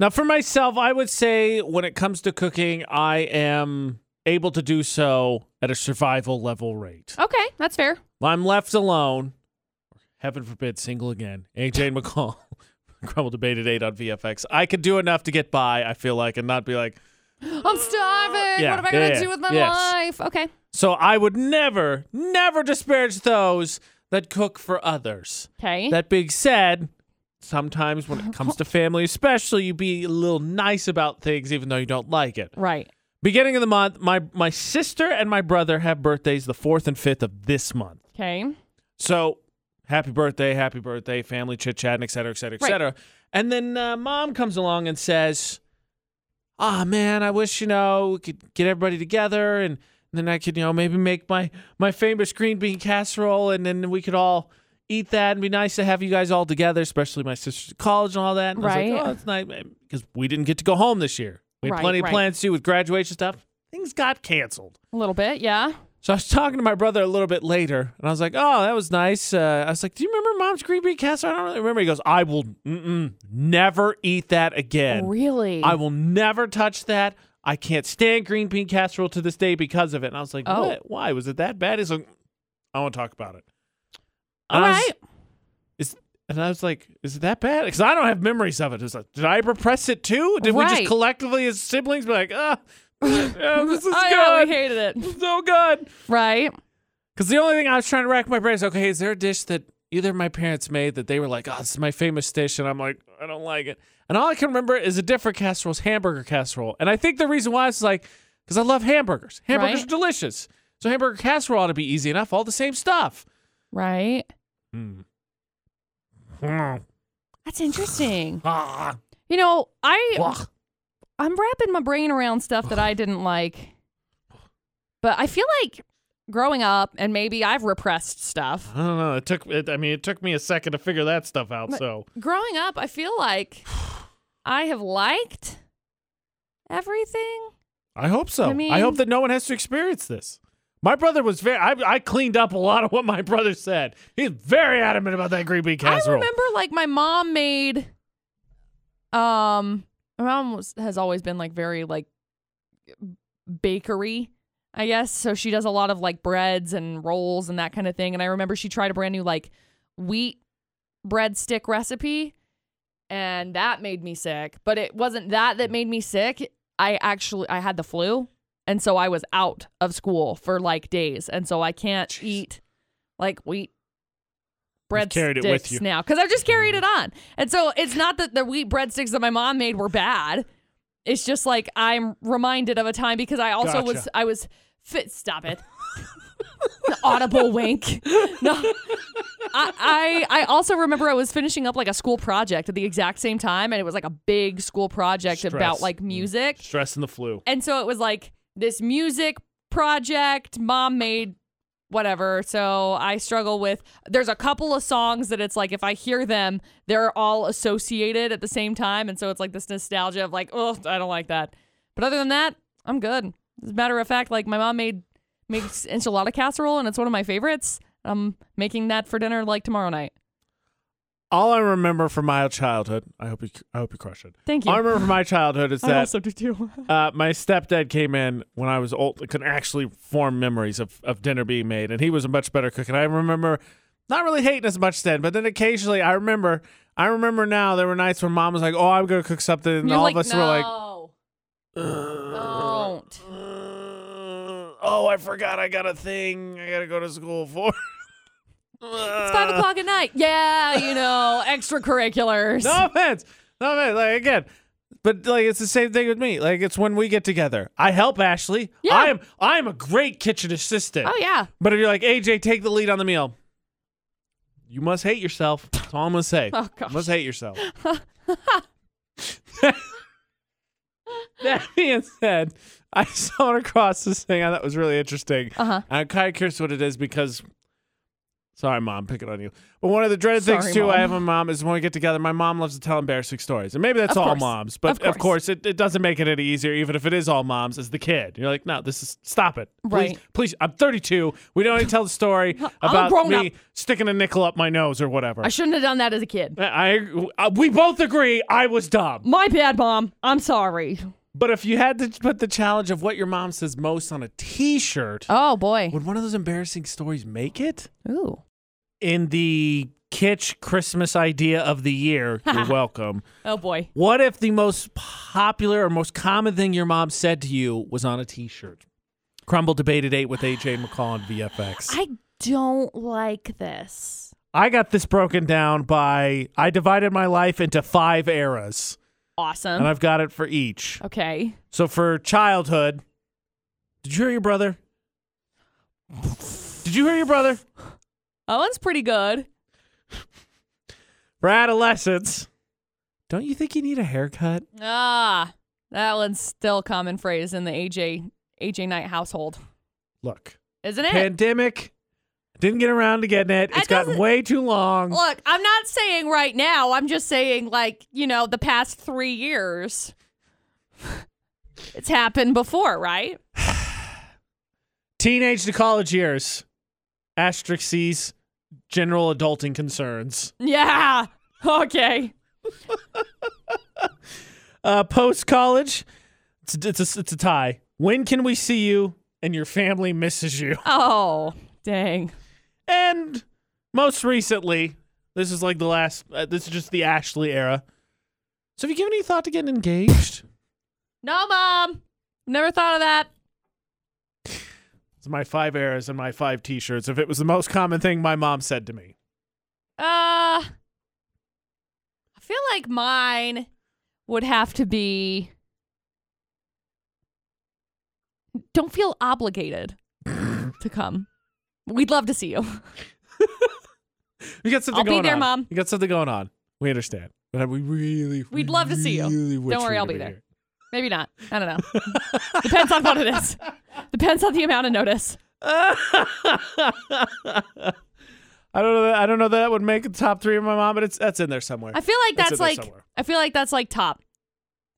Now, for myself, I would say when it comes to cooking, I am able to do so at a survival level rate. Okay, that's fair. I'm left alone, heaven forbid, single again. AJ and McCall, Crumble Debate at 8 on VFX. I could do enough to get by, I feel like, and not be like, I'm starving. Yeah, what am I yeah, gonna yeah, do with my yes. life? Okay. so I would never, never disparage those that cook for others. Okay. That being said, sometimes when it comes to family, especially, you be a little nice about things even though you don't like it. right. Beginning of the month, my my sister and my brother have birthdays the 4th and 5th of this month. Okay. So, happy birthday, happy birthday, family chit-chat, et cetera, et cetera, et Right. cetera. And then uh, mom comes along and says, "Ah, man, I wish, you know, we could get everybody together and then I could, you know, maybe make my my famous green bean casserole and then we could all eat that and be nice to have you guys all together, especially my sister's at college and all that." And I was Right. like, "Oh, that's nice because we didn't get to go home this year. We had Right, plenty of right. plans to do with graduation stuff. Things got canceled." A little bit. Yeah. So I was talking to my brother a little bit later, and I was like, "Oh, that was nice." Uh, I was like, "Do you remember Mom's green bean casserole?" I don't really remember. He goes, "I will mm-mm, never eat that again. Really. I will never touch that. I can't stand green bean casserole to this day because of it." And I was like, Oh. "What? Why was it that bad?" He's like, "I want to talk about it." All And I was- right. and I was like, "Is it that bad?" Because I don't have memories of it. It was like, "Did I repress it too? Did we Right. just collectively as siblings be like, ah, yeah, this is oh, yeah, good, we hated it. so good." Right. Because the only thing I was trying to rack my brains, okay, is there a dish that either of my parents made that they were like, oh, this is my famous dish, and I'm like, I don't like it. And all I can remember is a different casserole, is hamburger casserole. And I think the reason why is like, because I love hamburgers. Hamburgers Right. are delicious. So hamburger casserole ought to be easy enough, all the same stuff. Right. Hmm. Hmm. That's interesting. Ah. You know, I Ugh. I'm wrapping my brain around stuff that I didn't like. But I feel like growing up and maybe I've repressed stuff. I don't know. It took. It, I mean, it took me a second to figure that stuff out. So Growing up, I feel like I have liked everything. I hope so. I I, mean- hope that no one has to experience this. My brother was very. I, I cleaned up a lot of what my brother said. He's very adamant about that green bean I casserole. remember like my mom made um my mom was, has always been like very like bakery, I guess. So she does a lot of like breads and rolls and that kind of thing. And I remember she tried a brand new like wheat breadstick recipe and that made me sick. But it wasn't that that made me sick. I actually I had the flu and so I was out of school for like days and so I can't eat like wheat breadsticks carried it with you. Mm-hmm. now cuz I've just carried it on. And so it's not that the wheat breadsticks that my mom made were bad. It's just like I'm reminded of a time because I also was Gotcha. I was fit. Stop it. The audible wink. No, I, I I also remember I was finishing up like a school project at the exact same time, and it was like a big school project about Stress. like Mm. music, Stress and the flu. and so it was like this music project. Mom made whatever. So I struggle with. There's a couple of songs that it's like if I hear them, they're all associated at the same time, and so it's like this nostalgia of like, oh, I don't like that. But other than that, I'm good. As a matter of fact, like my mom made makes enchilada casserole, and it's one of my favorites. I'm making that for dinner like tomorrow night. All I remember from my childhood. I hope you. I hope you crush it. Thank you. All I remember from my childhood is that do too. uh, my stepdad came in when I was old, could actually form memories of, of dinner being made, and he was a much better cook. And I remember not really hating as much then, but then occasionally I remember, I remember now there were nights when mom was like, "Oh, I'm gonna cook something," and You're all like, of us no, were like, don't. "Uh, "Oh, I forgot I got a thing I gotta go to school for." It's Uh. five o'clock at night. Yeah, you know, extracurriculars. No offense. No offense. Like again. But like it's the same thing with me. Like it's when we get together. I help Ashley. Yeah. I am I am a great kitchen assistant. Oh yeah. But if you're like, AJ, take the lead on the meal. You must hate yourself. That's all I'm gonna say. Oh, gosh. You must hate yourself. that being said, I saw it across this thing I thought was really interesting. Uh huh. I'm kind of curious what it is because Sorry, mom, picking on you. But one of the dreaded things Sorry, too I Mom. have with mom is when we get together, my mom loves to tell embarrassing stories, and maybe that's Of all course. moms. But Of of course. course, it, it doesn't make it any easier, even if it is all moms. As the kid, you're like, no, this is stop it, please, Right. Please, I'm 32. We don't need to tell the story a about grown me sticking a nickel up my nose or whatever. I shouldn't have done that as a kid. I, I- we both agree I was dumb. My bad, mom. I'm sorry. But if you had to put the challenge of what your mom says most on a T-shirt, Oh boy. would one of those embarrassing stories make it? Ooh. In the kitsch Christmas idea of the year, you're welcome. Oh boy. What if the most popular or most common thing your mom said to you was on a T-shirt? Crumble debated eight with AJ McCall and VFX. I don't like this. I got this broken down by I divided my life into five eras, and Awesome. I've got it for each. Okay. So for childhood, did you hear your brother? Did you hear your brother? That one's pretty good. For adolescence, don't you think you need a haircut? Ah, that one's still common phrase in the AJ AJ Knight household, Look, isn't it? pandemic didn't get around to getting it. It's gotten doesn't- way too long. Look, I'm not saying right now. I'm just saying, like, you know, the past three years. it's happened before, right? Teenage to college years, asterisks, general adulting concerns. Yeah. Okay. Uh, Post college, it's, it's, a, it's a tie. When can we see you and your family misses you? Oh, dang. And most recently, this is like the last, uh, this is just the Ashley era. So have you given any thought to getting engaged? No, mom. Never thought of that. it's my five eras and my five t shirts. If it was the most common thing my mom said to me, Uh, I feel like mine would have to be. Don't feel obligated to come. We'd love to see you. you got something I'll be going there, on. Mom. You got something going on. We understand. But we really, We'd love to see you. really wish Don't worry, we I'll were be there. Maybe not. I don't know. Depends on what it is. Depends on the amount of notice. I don't know. That, I don't know that, that would make the top three of my mom, but it's that's in there somewhere. I feel like It's in that's there like somewhere. I feel like that's like top.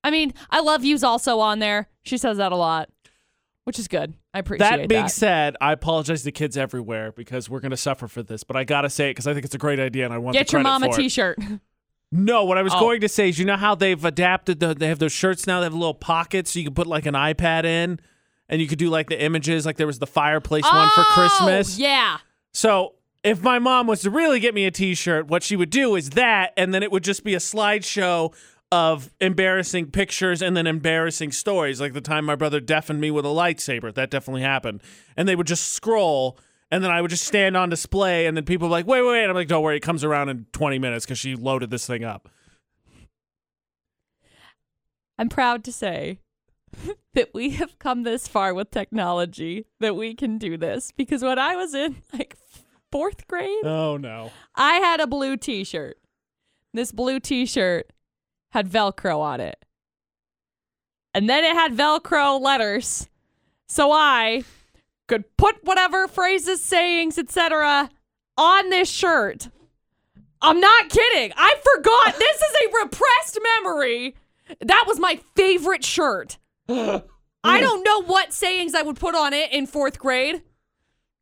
I mean, I love you's also on there. She says that a lot, which is good. I appreciate That being said, I apologize to kids everywhere because we're going to suffer for this, but I got to say it because I think it's a great idea and I want Get the your credit mom a for it. T-shirt. No, what I was Oh. going to say is, you know how they've adapted the, they have those shirts now. They have little pockets, so you can put like an iPad in, and you could do like the images. Like there was the fireplace one for Oh, Christmas. Yeah. So if my mom was to really get me a T-shirt, what she would do is that, and then it would just be a slideshow of embarrassing pictures and then embarrassing stories, like the time my brother deafened me with a lightsaber. That definitely happened. And they would just scroll. And then I would just stand on display, and then people were like, wait, wait, wait. And I'm like, don't worry, it comes around in 20 minutes because she loaded this thing up. I'm proud to say that we have come this far with technology that we can do this because when I was in like fourth grade, Oh, no. I had a blue t shirt. This blue t shirt had Velcro on it. And then it had Velcro letters. So I could put whatever phrases, sayings, etc. on this shirt. I'm not kidding. I forgot. This is a repressed memory. That was my favorite shirt. I don't know what sayings I would put on it in fourth grade.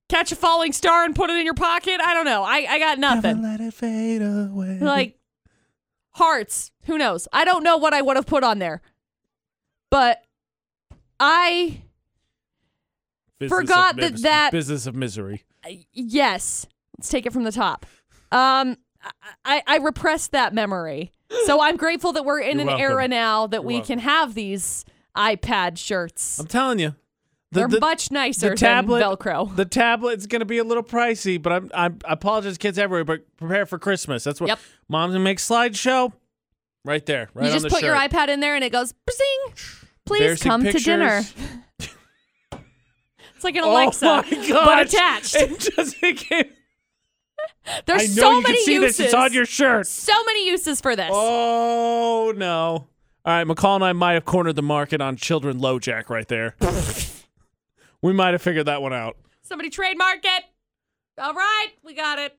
Catch a falling star and put it in your pocket. I don't know. I, I got nothing. let it fade away. Like hearts. Who knows? I don't know what I would have put on there. But I Business of forgot that mis- that- Business of misery. yes. Let's take it from the top. Um, I, I, I repressed that memory. So I'm grateful that we're in You're an welcome. era now that You're we welcome. can have these iPad shirts. I'm telling you. The, They're the, much nicer tablet- than Velcro. the tablet's going to be a little pricey, but I'm, I'm, I apologize, kids everywhere, but prepare for Christmas. That's what Yep. mom's going to make slideshow right there, right you on just the put shirt. your iPad in there and it goes bzing. Please Embarrassing come pictures. to dinner. It's like an Oh Alexa, my gosh. but attached. It just it came, There's I know so you many can see uses. this. It's on your shirt. so many uses for this. Oh no! All right, McCall and I might have cornered the market on children low jack right there. we might have figured that one out. Somebody trademark it. All right, we got it.